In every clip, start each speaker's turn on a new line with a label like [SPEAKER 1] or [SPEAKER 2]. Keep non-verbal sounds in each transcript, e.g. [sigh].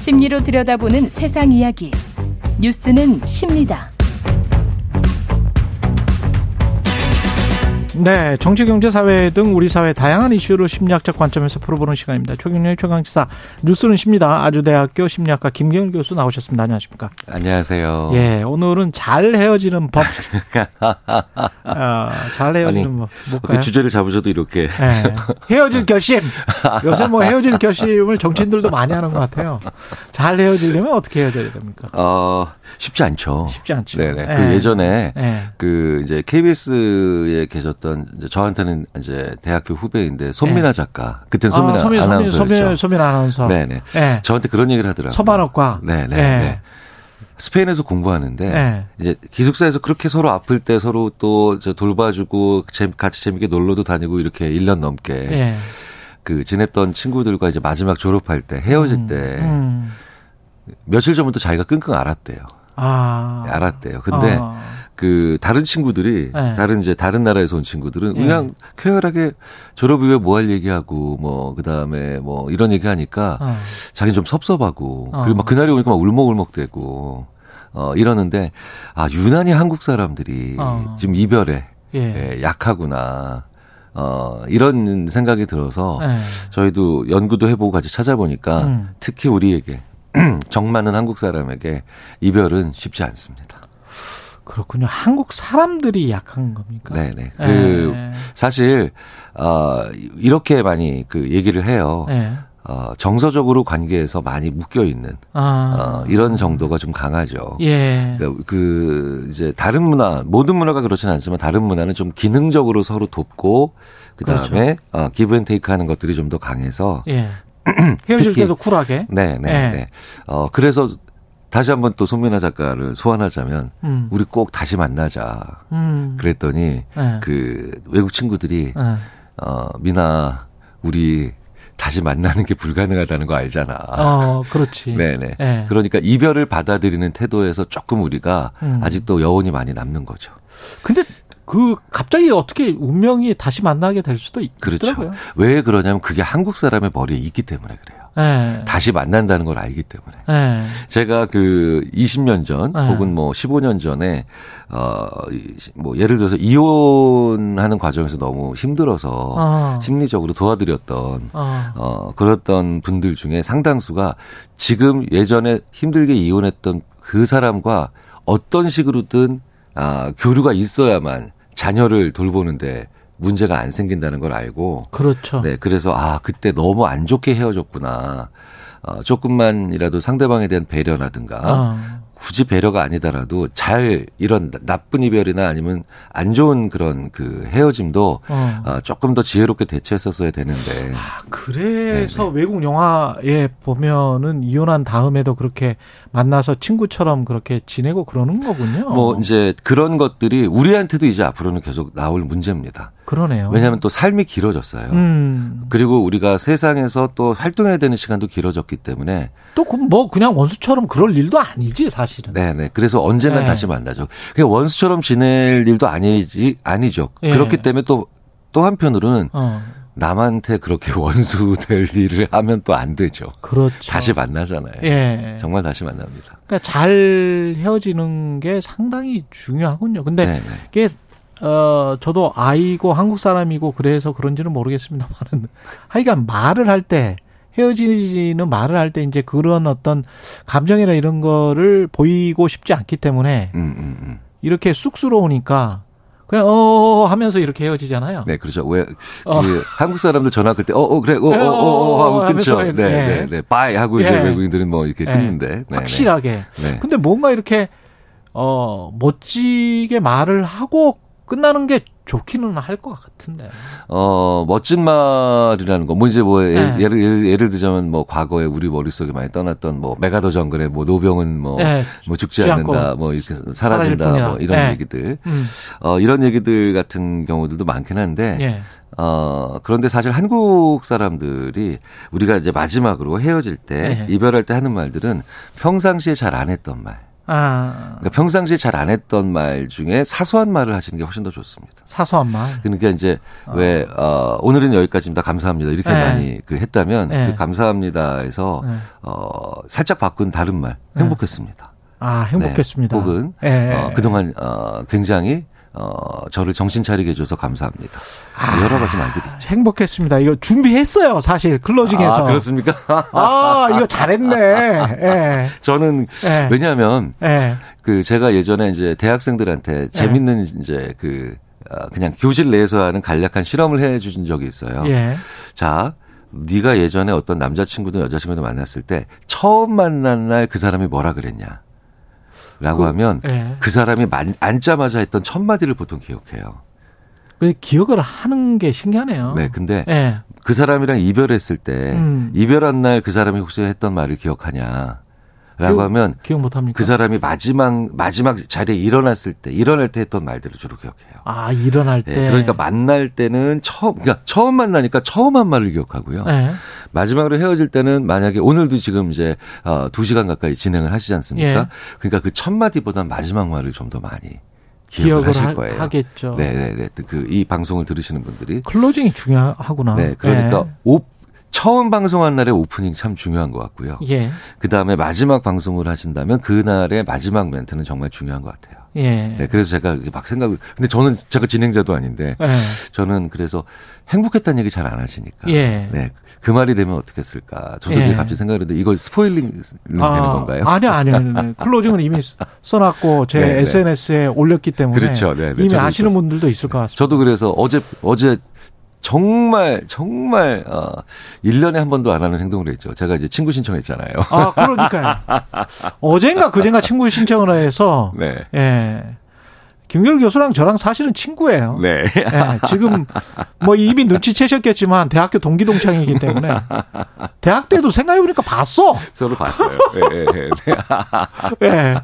[SPEAKER 1] 심리로 들여다보는 세상 이야기. 뉴스는 십니다.
[SPEAKER 2] 네, 정치, 경제, 사회 등 우리 사회 다양한 이슈를 심리학적 관점에서 풀어보는 시간입니다. 최경련 최강시사 뉴스는 십니다. 아주대학교 심리학과 김경일 교수 나오셨습니다. 안녕하십니까?
[SPEAKER 3] 안녕하세요.
[SPEAKER 2] 예, 오늘은 잘 헤어지는
[SPEAKER 3] [laughs]
[SPEAKER 2] 법. 어, 잘 헤어지는
[SPEAKER 3] 아니,
[SPEAKER 2] 법.
[SPEAKER 3] 그
[SPEAKER 2] 뭘까요?
[SPEAKER 3] 주제를 잡으셔도 이렇게
[SPEAKER 2] 예, 헤어질 결심. 요새 뭐 헤어질 결심을 정치인들도 많이 하는 것 같아요. 잘 헤어지려면 어떻게 헤어져야 됩니까?
[SPEAKER 3] 어 쉽지 않죠.
[SPEAKER 2] 쉽지 않죠.
[SPEAKER 3] 네네.
[SPEAKER 2] 예.
[SPEAKER 3] 그 예전에
[SPEAKER 2] 예.
[SPEAKER 3] 그 이제 KBS에 계셨던 이제 저한테는 이제 대학교 후배인데 손민아 작가. 그땐 네, 손민아
[SPEAKER 2] 예. 아, 소민, 소민,
[SPEAKER 3] 아나운서였죠.
[SPEAKER 2] 소민, 소민 아나운서.
[SPEAKER 3] 네네.
[SPEAKER 2] 예.
[SPEAKER 3] 저한테 그런 얘기를 하더라고요.
[SPEAKER 2] 소반옥과.
[SPEAKER 3] 네네.
[SPEAKER 2] 예.
[SPEAKER 3] 네. 스페인에서 공부하는데
[SPEAKER 2] 네.
[SPEAKER 3] 이제 기숙사에서 그렇게 서로 아플 때 서로 또 저 돌봐주고 재- 같이 재밌게 놀러도 다니고 이렇게 1년 넘게
[SPEAKER 2] 예.
[SPEAKER 3] 그 지냈던 친구들과 이제 마지막 졸업할 때 헤어질 때
[SPEAKER 2] 음.
[SPEAKER 3] 며칠 전부터 자기가 끙끙 앓았대요.
[SPEAKER 2] 아.
[SPEAKER 3] 알았대요. 근데
[SPEAKER 2] 어.
[SPEAKER 3] 그 다른 친구들이
[SPEAKER 2] 네.
[SPEAKER 3] 다른 이제 다른 나라에서 온 친구들은
[SPEAKER 2] 예.
[SPEAKER 3] 그냥 쾌활하게 졸업 이후에 뭐 할 얘기하고 뭐 그다음에 뭐 이런 얘기 하니까
[SPEAKER 2] 어.
[SPEAKER 3] 자기는 좀 섭섭하고
[SPEAKER 2] 어.
[SPEAKER 3] 그리고 막 그날이 오니까 막 울먹울먹대고 어 이러는데 아 유난히 한국 사람들이
[SPEAKER 2] 어.
[SPEAKER 3] 지금 이별에
[SPEAKER 2] 예.
[SPEAKER 3] 예, 약하구나. 어 이런 생각이 들어서
[SPEAKER 2] 예.
[SPEAKER 3] 저희도 연구도 해보고 같이 찾아보니까
[SPEAKER 2] 음.
[SPEAKER 3] 특히 우리에게 [clears throat] 정 많은 한국 사람에게 이별은 쉽지 않습니다.
[SPEAKER 2] 그렇군요. 한국 사람들이 약한 겁니까?
[SPEAKER 3] 네네.
[SPEAKER 2] 예.
[SPEAKER 3] 그 사실 어, 이렇게 많이 그 얘기를 해요.
[SPEAKER 2] 예.
[SPEAKER 3] 어, 정서적으로 관계에서 많이 묶여 있는
[SPEAKER 2] 아.
[SPEAKER 3] 어, 이런 정도가 좀 강하죠.
[SPEAKER 2] 예.
[SPEAKER 3] 그러니까 그 이제 다른 문화 모든 문화가 그렇지는 않지만 다른 문화는 좀 기능적으로 서로 돕고 그다음에 어, 기브 앤 테이크 하는 것들이 좀 더 강해서
[SPEAKER 2] [clears throat] 예. 헤어질
[SPEAKER 3] 특히-
[SPEAKER 2] 때도 쿨하게. 예.
[SPEAKER 3] 네, 네, 네. 어, 그래서 다시 한번 또 손민아 작가를 소환하자면
[SPEAKER 2] 음.
[SPEAKER 3] 우리 꼭 다시 만나자.
[SPEAKER 2] 음.
[SPEAKER 3] 그랬더니
[SPEAKER 2] 예.
[SPEAKER 3] 그 외국 친구들이
[SPEAKER 2] 예.
[SPEAKER 3] 어, 미나 우리 다시 만나는 게 불가능하다는 거 알잖아.
[SPEAKER 2] 어, 그렇지.
[SPEAKER 3] 네, 네.
[SPEAKER 2] 예.
[SPEAKER 3] 그러니까 이별을 받아들이는 태도에서 조금 우리가
[SPEAKER 2] 음.
[SPEAKER 3] 아직도 여운이 많이 남는 거죠.
[SPEAKER 2] 근데 그 갑자기 어떻게 운명이 다시 만나게 될 수도 있-
[SPEAKER 3] 그렇죠.
[SPEAKER 2] 있더라고요.
[SPEAKER 3] 왜 그러냐면 그게 한국 사람의 머리에 있기 때문에 그래요.
[SPEAKER 2] 예.
[SPEAKER 3] 다시 만난다는 걸 알기 때문에.
[SPEAKER 2] 예.
[SPEAKER 3] 제가 그 20년 전
[SPEAKER 2] 네.
[SPEAKER 3] 혹은 뭐 15년 전에 어, 어뭐 예를 들어서 이혼하는 과정에서 너무 힘들어서
[SPEAKER 2] 어.
[SPEAKER 3] 심리적으로 도와드렸던
[SPEAKER 2] 어.
[SPEAKER 3] 어 그랬던 분들 중에 상당수가 지금 예전에 힘들게 이혼했던 그 사람과 어떤 식으로든 아 교류가 있어야만 자녀를 돌보는데 문제가 안 생긴다는 걸 알고
[SPEAKER 2] 그렇죠.
[SPEAKER 3] 네, 그래서 아 그때 너무 안 좋게 헤어졌구나. 어, 조금만이라도 상대방에 대한 배려라든가
[SPEAKER 2] 어.
[SPEAKER 3] 굳이 배려가 아니다라도 잘 이런 나- 나쁜 이별이나 아니면 안 좋은 그런 그 헤어짐도
[SPEAKER 2] 어.
[SPEAKER 3] 아, 조금 더 지혜롭게 대처했었어야 되는데
[SPEAKER 2] 아, 그래서
[SPEAKER 3] 네,
[SPEAKER 2] 외국 영화에 보면은 이혼한 다음에도 그렇게 만나서 친구처럼 그렇게 지내고 그러는 거군요.
[SPEAKER 3] 뭐 이제 그런 것들이 우리한테도 이제 앞으로는 계속 나올 문제입니다.
[SPEAKER 2] 그러네요.
[SPEAKER 3] 왜냐하면 또 삶이 길어졌어요.
[SPEAKER 2] 어. 음.
[SPEAKER 3] 그리고 우리가 세상에서 또 활동해야 되는 시간도 길어졌기 때문에
[SPEAKER 2] 또 뭐 그냥 원수처럼 그럴 일도 아니지 사실은.
[SPEAKER 3] 네네. 그래서 언젠간
[SPEAKER 2] 네.
[SPEAKER 3] 다시 만나죠. 그냥 원수처럼 지낼 일도 아니지, 아니죠.
[SPEAKER 2] 예.
[SPEAKER 3] 그렇기 때문에 또, 또 한편으로는
[SPEAKER 2] 어.
[SPEAKER 3] 남한테 그렇게 [laughs] 원수 될 일을 하면 또 안 되죠.
[SPEAKER 2] 그렇죠.
[SPEAKER 3] 다시 만나잖아요.
[SPEAKER 2] 예.
[SPEAKER 3] 정말 다시 만납니다.
[SPEAKER 2] 그러니까 잘 헤어지는 게 상당히 중요하군요. 근데
[SPEAKER 3] 네네.
[SPEAKER 2] 이게 어 저도 아이고 한국 사람이고 그래서 그런지는 모르겠습니다만은 [laughs] 하여간 말을 할 때 헤어지는 말을 할 때 이제 그런 어떤 감정이나 이런 거를 보이고 싶지 않기 때문에
[SPEAKER 3] 음, 음, 음.
[SPEAKER 2] 이렇게 쑥스러우니까 그냥 어 하면서 이렇게 헤어지잖아요.
[SPEAKER 3] 네, 그렇죠. 왜, 그,
[SPEAKER 2] 어.
[SPEAKER 3] 한국 사람들 전화 끌 때, 어, 어, 그래, 어, 어,
[SPEAKER 2] 예,
[SPEAKER 3] 어, 어, 하고
[SPEAKER 2] 하면서
[SPEAKER 3] 끊죠. 네,
[SPEAKER 2] 예.
[SPEAKER 3] 네, 네. 바이 하고 이제
[SPEAKER 2] 예.
[SPEAKER 3] 외국인들은 뭐 이렇게
[SPEAKER 2] 예.
[SPEAKER 3] 끊는데. 네, 네.
[SPEAKER 2] 확실하게.
[SPEAKER 3] 네.
[SPEAKER 2] 근데 뭔가 이렇게 어 멋지게 말을 하고 끝나는 게 좋기는 할 것 같은데.
[SPEAKER 3] 어, 멋진 말이라는 거. 뭐 이제 뭐
[SPEAKER 2] 네.
[SPEAKER 3] 예- 예를, 예를, 예를 들자면 뭐 과거에 우리 머릿속에 많이 떠났던 뭐 메가더 정글의 뭐 노병은 뭐,
[SPEAKER 2] 네.
[SPEAKER 3] 뭐 죽지
[SPEAKER 2] 죽지
[SPEAKER 3] 않는다
[SPEAKER 2] 않고
[SPEAKER 3] 뭐 이렇게
[SPEAKER 2] 사라질
[SPEAKER 3] 사라진다
[SPEAKER 2] 뿐이다.
[SPEAKER 3] 뭐 이런
[SPEAKER 2] 네.
[SPEAKER 3] 얘기들.
[SPEAKER 2] 음.
[SPEAKER 3] 어, 이런 얘기들 같은 경우들도 많긴 한데
[SPEAKER 2] 예.
[SPEAKER 3] 어, 그런데 사실 한국 사람들이 우리가 이제 마지막으로 헤어질 때
[SPEAKER 2] 네.
[SPEAKER 3] 이별할 때 하는 말들은 평상시에 잘 안 했던 말.
[SPEAKER 2] 아,
[SPEAKER 3] 그러니까 평상시에 잘 안 했던 말 중에 사소한 말을 하시는 게 훨씬 더 좋습니다.
[SPEAKER 2] 사소한 말.
[SPEAKER 3] 그러니까 이제 왜 어, 오늘은 여기까지입니다. 감사합니다. 이렇게
[SPEAKER 2] 아. 네.
[SPEAKER 3] 많이 그 했다면
[SPEAKER 2] 네.
[SPEAKER 3] 그 감사합니다에서
[SPEAKER 2] 네.
[SPEAKER 3] 어, 살짝 바꾼 다른 말 행복했습니다.
[SPEAKER 2] 아, 행복했습니다.
[SPEAKER 3] 네. 혹은
[SPEAKER 2] 예.
[SPEAKER 3] 어, 그동안 어, 굉장히 어, 저를 정신 차리게 해줘서 감사합니다.
[SPEAKER 2] 아.
[SPEAKER 3] 여러 가지 말들이 있죠.
[SPEAKER 2] 행복했습니다. 이거 준비했어요, 사실.
[SPEAKER 3] 아,
[SPEAKER 2] 클로징에서.
[SPEAKER 3] 그렇습니까? [laughs]
[SPEAKER 2] 아, 이거 잘했네. 예.
[SPEAKER 3] 저는
[SPEAKER 2] 네.
[SPEAKER 3] 왜냐하면
[SPEAKER 2] 예.
[SPEAKER 3] 그 제가 예전에 이제 대학생들한테 재밌는 이제 그 아, 그냥 교실 내에서 하는 간략한 실험을 해 주신 적이 있어요.
[SPEAKER 2] 예.
[SPEAKER 3] 자, 네가 예전에 어떤 남자친구든 여자친구든 만났을 때 처음 만난 날 그 사람이 뭐라 그랬냐? 라고 하면
[SPEAKER 2] 예.
[SPEAKER 3] 그 사람이 만, 앉자마자 했던 첫 마디를 보통 기억해요.
[SPEAKER 2] 그 기억을 하는 게 신기하네요.
[SPEAKER 3] 네, 근데
[SPEAKER 2] 예.
[SPEAKER 3] 그 사람이랑 이별했을 때
[SPEAKER 2] 음.
[SPEAKER 3] 이별한 날 그 사람이 혹시 했던 말을 기억하냐? 라고
[SPEAKER 2] 그-
[SPEAKER 3] 하면
[SPEAKER 2] 기억 못 합니까?
[SPEAKER 3] 그 사람이 마지막 마지막 자리에 일어났을 때 일어날 때 했던 말들을 주로 기억해요.
[SPEAKER 2] 아, 일어날
[SPEAKER 3] 예,
[SPEAKER 2] 때.
[SPEAKER 3] 그러니까 만날 때는 처음 그러니까 처음 만나니까 처음 한 말을 기억하고요.
[SPEAKER 2] 예.
[SPEAKER 3] 마지막으로 헤어질 때는 만약에 오늘도 지금 이제 어, 2시간 가까이 진행을 하시지 않습니까?
[SPEAKER 2] 예.
[SPEAKER 3] 그러니까 그 첫 마디보다 마지막 말을 좀 더 많이 기억을,
[SPEAKER 2] 기억을
[SPEAKER 3] 하실
[SPEAKER 2] 하-
[SPEAKER 3] 거예요.
[SPEAKER 2] 하겠죠.
[SPEAKER 3] 네, 네, 네. 그 이 방송을 들으시는 분들이
[SPEAKER 2] 클로징이 중요하구나.
[SPEAKER 3] 네, 그러니까
[SPEAKER 2] 예.
[SPEAKER 3] 오- 처음 방송한 날의 오프닝 참 중요한 것 같고요.
[SPEAKER 2] 예.
[SPEAKER 3] 그 다음에 마지막 방송을 하신다면 그날의 마지막 멘트는 정말 중요한 것 같아요.
[SPEAKER 2] 예.
[SPEAKER 3] 네, 그래서 제가 이렇게 막 생각을, 근데 저는 제가 진행자도 아닌데,
[SPEAKER 2] 예.
[SPEAKER 3] 저는 그래서 행복했다는 얘기 잘 안 하시니까.
[SPEAKER 2] 예.
[SPEAKER 3] 네. 그 말이 되면 어떻겠을까. 저도
[SPEAKER 2] 예.
[SPEAKER 3] 이게 갑자기 생각을 했는데, 이걸 스포일링 되는 건가요?
[SPEAKER 2] 아니요, 아니요.
[SPEAKER 3] [laughs]
[SPEAKER 2] 아니요. 클로징은 이미 써- 써놨고 제
[SPEAKER 3] 네, 네.
[SPEAKER 2] SNS에 올렸기 때문에
[SPEAKER 3] 그렇죠. 네, 네.
[SPEAKER 2] 이미
[SPEAKER 3] 저도
[SPEAKER 2] 아시는
[SPEAKER 3] 있었어요.
[SPEAKER 2] 분들도 있을 것 같습니다.
[SPEAKER 3] 저도 그래서 어제, 어제 정말, 정말, 어, 1년에 한 번도 안 하는 행동을 했죠. 제가 이제 친구 신청했잖아요. [laughs]
[SPEAKER 2] 아, 그러니까요. 어젠가 그젠가 친구 신청을 해서
[SPEAKER 3] 네.
[SPEAKER 2] 예. 김결 교수랑 저랑 사실은 친구예요.
[SPEAKER 3] 네. [laughs]
[SPEAKER 2] 예, 지금 뭐 이미 눈치채셨겠지만 대학교 동기 동창이기 때문에 대학 때도 생각해 보니까 봤어.
[SPEAKER 3] 서로 봤어요. 예, 예, 예. 네.
[SPEAKER 2] [laughs] 예.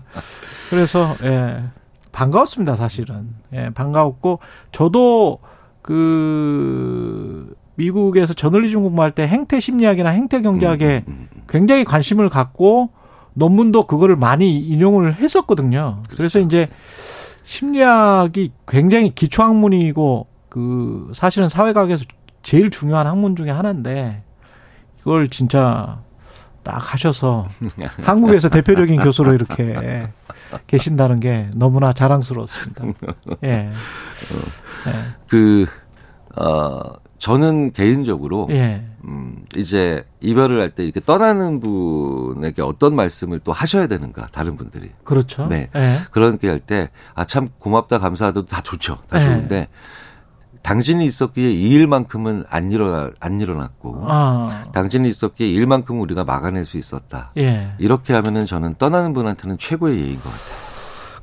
[SPEAKER 2] 그래서 예. 반가웠습니다, 사실은. 예, 반가웠고 저도 그 미국에서 저널리즘 공부할 때 행태 심리학이나 행태 경제학에
[SPEAKER 3] 음, 음.
[SPEAKER 2] 굉장히 관심을 갖고 논문도 그거를 많이 인용을 했었거든요.
[SPEAKER 3] 그렇죠.
[SPEAKER 2] 그래서 이제 심리학이 굉장히 기초 학문이고 그 사실은 사회과학에서 제일 중요한 학문 중에 하나인데 이걸 진짜 딱 하셔서 한국에서 대표적인 교수로 이렇게 계신다는 게 너무나 자랑스러웠습니다. 예.
[SPEAKER 3] 그, 어, 저는 개인적으로,
[SPEAKER 2] 예. 예.
[SPEAKER 3] 음, 이제 이별을 할 때 이렇게 떠나는 분에게 어떤 말씀을 또 하셔야 되는가, 다른 분들이.
[SPEAKER 2] 그렇죠.
[SPEAKER 3] 네.
[SPEAKER 2] 예.
[SPEAKER 3] 그렇게 할 때, 아, 참 고맙다, 감사하다, 다 좋죠. 다
[SPEAKER 2] 네.
[SPEAKER 3] 좋은데, 당신이 있었기에 이 일만큼은 안 일어나, 안 일어났고,
[SPEAKER 2] 아.
[SPEAKER 3] 당신이 있었기에 이 일만큼은 우리가 막아낼 수 있었다.
[SPEAKER 2] 예.
[SPEAKER 3] 이렇게 하면은 저는 떠나는 분한테는 최고의 예인 것 같아요.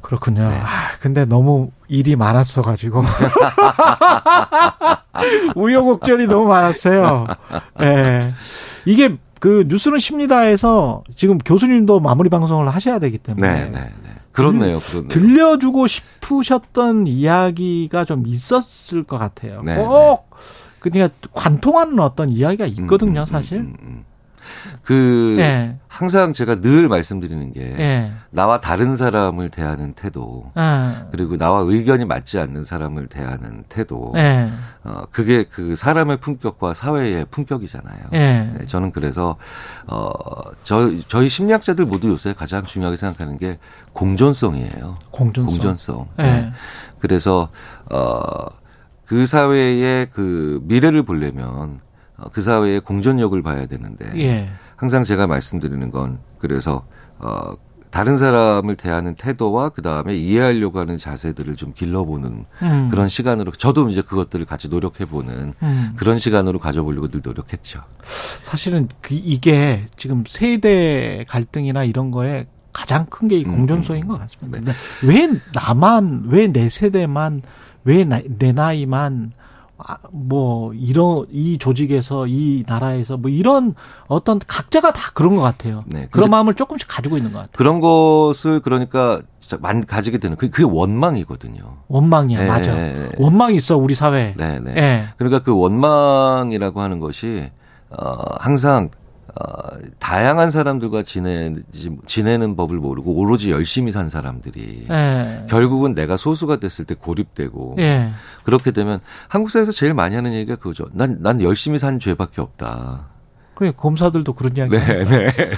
[SPEAKER 2] 그렇군요.
[SPEAKER 3] 네.
[SPEAKER 2] 아, 근데 너무 일이 많았어 가지고 [laughs] 우여곡절이 너무 많았어요. 예. 이게 그 뉴스는 십니다에서 지금 교수님도 마무리 방송을 하셔야 되기 때문에
[SPEAKER 3] 네, 네, 네. 그렇네요, 그렇네요.
[SPEAKER 2] 들려주고 싶으셨던 이야기가 좀 있었을 것 같아요.
[SPEAKER 3] 네,
[SPEAKER 2] 꼭 그러니까 관통하는 어떤 이야기가
[SPEAKER 3] 음,
[SPEAKER 2] 있거든요,
[SPEAKER 3] 음,
[SPEAKER 2] 사실.
[SPEAKER 3] 음, 음, 음. 네. 그,
[SPEAKER 2] 예.
[SPEAKER 3] 항상 제가 늘 말씀드리는 게,
[SPEAKER 2] 예.
[SPEAKER 3] 나와 다른 사람을 대하는 태도,
[SPEAKER 2] 아,
[SPEAKER 3] 그리고 나와 의견이 맞지 않는 사람을 대하는 태도,
[SPEAKER 2] 예.
[SPEAKER 3] 어, 그게 그 사람의 품격과 사회의 품격이잖아요.
[SPEAKER 2] 예.
[SPEAKER 3] 네, 저는 그래서 어, 저, 저희 심리학자들 모두 요새 가장 중요하게 생각하는 게 공존성이에요.
[SPEAKER 2] 공존성.
[SPEAKER 3] 공존성.
[SPEAKER 2] 예.
[SPEAKER 3] 네. 그래서 어, 그 사회의 그 미래를 보려면 어, 그 사회의 공존력을 봐야 되는데
[SPEAKER 2] 예.
[SPEAKER 3] 항상 제가 말씀드리는 건 그래서 어 다른 사람을 대하는 태도와 그 다음에 이해하려고 하는 자세들을 좀 길러보는
[SPEAKER 2] 음.
[SPEAKER 3] 그런 시간으로 저도 이제 그것들을 같이 노력해보는
[SPEAKER 2] 음.
[SPEAKER 3] 그런 시간으로 가져보려고 늘 노력했죠.
[SPEAKER 2] 사실은 그 이게 지금 세대 갈등이나 이런 거에 가장 큰 게 이
[SPEAKER 3] 음,
[SPEAKER 2] 공존성인 것 같습니다. 근데 왜 나만, 왜 내 세대만, 왜 내 나이만, 아, 뭐, 이런, 이 조직에서, 이 나라에서, 뭐, 이런 어떤 각자가 다 그런 것 같아요.
[SPEAKER 3] 네, 근데-
[SPEAKER 2] 그런 마음을 조금씩 가지고 있는 것 같아요.
[SPEAKER 3] 그런 것을 그러니까 진짜 많이 가지게 되는 그게 그게 원망이거든요.
[SPEAKER 2] 원망이야,
[SPEAKER 3] 네,
[SPEAKER 2] 맞아.
[SPEAKER 3] 네, 네.
[SPEAKER 2] 원망이 있어, 우리 사회에.
[SPEAKER 3] 네, 네.
[SPEAKER 2] 예.
[SPEAKER 3] 그러니까 그 원망이라고 하는 것이 어 항상 어, 다양한 사람들과 지내, 지내는 법을 모르고 오로지 열심히 산 사람들이
[SPEAKER 2] 예.
[SPEAKER 3] 결국은 내가 소수가 됐을 때 고립되고
[SPEAKER 2] 예.
[SPEAKER 3] 그렇게 되면 한국 사회에서 제일 많이 하는 얘기가 그거죠. 난, 난 열심히 산 죄밖에 없다.
[SPEAKER 2] 그래 검사들도 그런 이야기.
[SPEAKER 3] 네, 네. 네.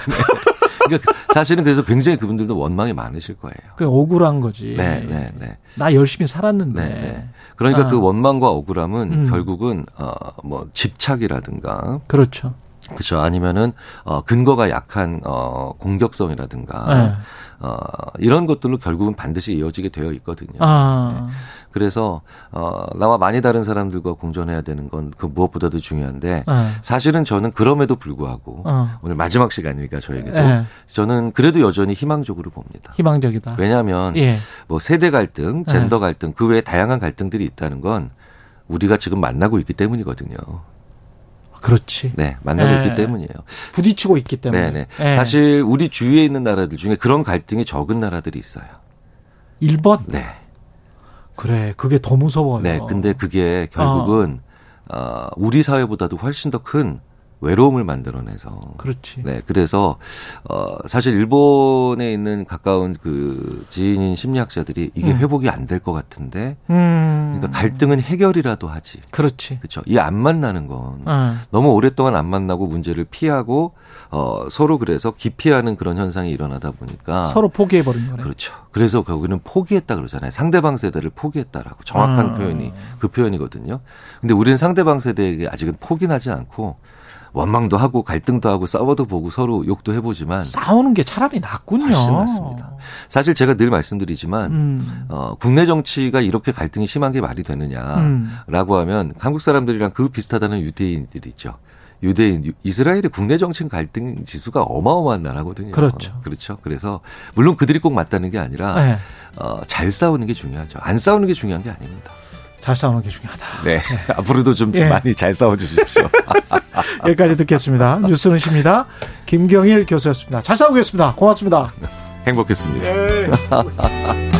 [SPEAKER 3] 그러니까 사실은 그래서 굉장히 그분들도 원망이 많으실 거예요.
[SPEAKER 2] 그 억울한 거지.
[SPEAKER 3] 네, 네, 네.
[SPEAKER 2] 나 열심히 살았는데.
[SPEAKER 3] 네, 네. 그러니까
[SPEAKER 2] 아.
[SPEAKER 3] 그 원망과 억울함은
[SPEAKER 2] 음.
[SPEAKER 3] 결국은 어뭐 집착이라든가
[SPEAKER 2] 그렇죠.
[SPEAKER 3] 그렇죠 아니면은 어 근거가 약한 어 공격성이라든가
[SPEAKER 2] 예.
[SPEAKER 3] 어 이런 것들로 결국은 반드시 이어지게 되어 있거든요.
[SPEAKER 2] 아,
[SPEAKER 3] 그래서 어 나와 많이 다른 사람들과 공존해야 되는 건 그 무엇보다도 중요한데
[SPEAKER 2] 예.
[SPEAKER 3] 사실은 저는 그럼에도 불구하고
[SPEAKER 2] 어.
[SPEAKER 3] 오늘 마지막 시간이니까 저에게도
[SPEAKER 2] 예.
[SPEAKER 3] 저는 그래도 여전히 희망적으로 봅니다.
[SPEAKER 2] 희망적이다.
[SPEAKER 3] 왜냐하면
[SPEAKER 2] 예.
[SPEAKER 3] 뭐 세대 갈등, 젠더 갈등 그 외에 다양한 갈등들이 있다는 건 우리가 지금 만나고 있기 때문이거든요.
[SPEAKER 2] 그렇지.
[SPEAKER 3] 네, 만나고
[SPEAKER 2] 예.
[SPEAKER 3] 있기 때문이에요.
[SPEAKER 2] 부딪히고 있기 때문에.
[SPEAKER 3] 네, 네.
[SPEAKER 2] 예.
[SPEAKER 3] 사실 우리 주위에 있는 나라들 중에 그런 갈등이 적은 나라들이 있어요.
[SPEAKER 2] 일본.
[SPEAKER 3] 네,
[SPEAKER 2] 그래. 그게 더 무서워요.
[SPEAKER 3] 네. 근데 그게 결국은 어, 우리 사회보다도 훨씬 더 큰 외로움을 만들어내서
[SPEAKER 2] 그렇지.
[SPEAKER 3] 네, 그래서 어 사실 일본에 있는 가까운 그 지인인 심리학자들이 이게
[SPEAKER 2] 음.
[SPEAKER 3] 회복이 안 될 것 같은데,
[SPEAKER 2] 음.
[SPEAKER 3] 그러니까 갈등은 해결이라도 하지.
[SPEAKER 2] 그렇지. 예.
[SPEAKER 3] 그렇죠. 이 안 만나는 건
[SPEAKER 2] 어.
[SPEAKER 3] 너무 오랫동안 안 만나고 문제를 피하고 어 서로 그래서 기피하는 그런 현상이 일어나다 보니까
[SPEAKER 2] 서로 포기해버린 거네.
[SPEAKER 3] 그렇죠. 그래서 결국에는 포기했다 그러잖아요. 상대방 세대를 포기했다라고 정확한
[SPEAKER 2] 음.
[SPEAKER 3] 표현이 그 표현이거든요. 근데 우리는 상대방 세대에게 아직은 포기하지 않고 원망도 하고 갈등도 하고 싸워도 보고 서로 욕도 해보지만
[SPEAKER 2] 싸우는 게 차라리 낫군요.
[SPEAKER 3] 훨씬 낫습니다. 사실 제가 늘 말씀드리지만
[SPEAKER 2] 음.
[SPEAKER 3] 어, 국내 정치가 이렇게 갈등이 심한 게 말이 되느냐.
[SPEAKER 2] 음.
[SPEAKER 3] 라고 하면 한국 사람들이랑 그 비슷하다는 유대인들이 있죠. 유대인 유- 이스라엘의 국내 정치 갈등 지수가 어마어마한 나라거든요.
[SPEAKER 2] 그렇죠.
[SPEAKER 3] 그렇죠. 그래서 물론 그들이 꼭 맞다는 게 아니라
[SPEAKER 2] 네.
[SPEAKER 3] 어, 잘 싸우는 게 중요하죠. 안 싸우는 게 중요한 게 아닙니다.
[SPEAKER 2] 잘 싸우는 게 중요하다.
[SPEAKER 3] 네. [laughs] 앞으로도 좀
[SPEAKER 2] 예.
[SPEAKER 3] 많이 잘
[SPEAKER 2] [laughs]
[SPEAKER 3] 싸워 주십시오. 아.
[SPEAKER 2] 여기까지 듣겠습니다. 뉴스는 십니다. 김경일 교수였습니다. 잘 싸우겠습니다. 고맙습니다.
[SPEAKER 3] 네. 행복했습니다.
[SPEAKER 2] 예.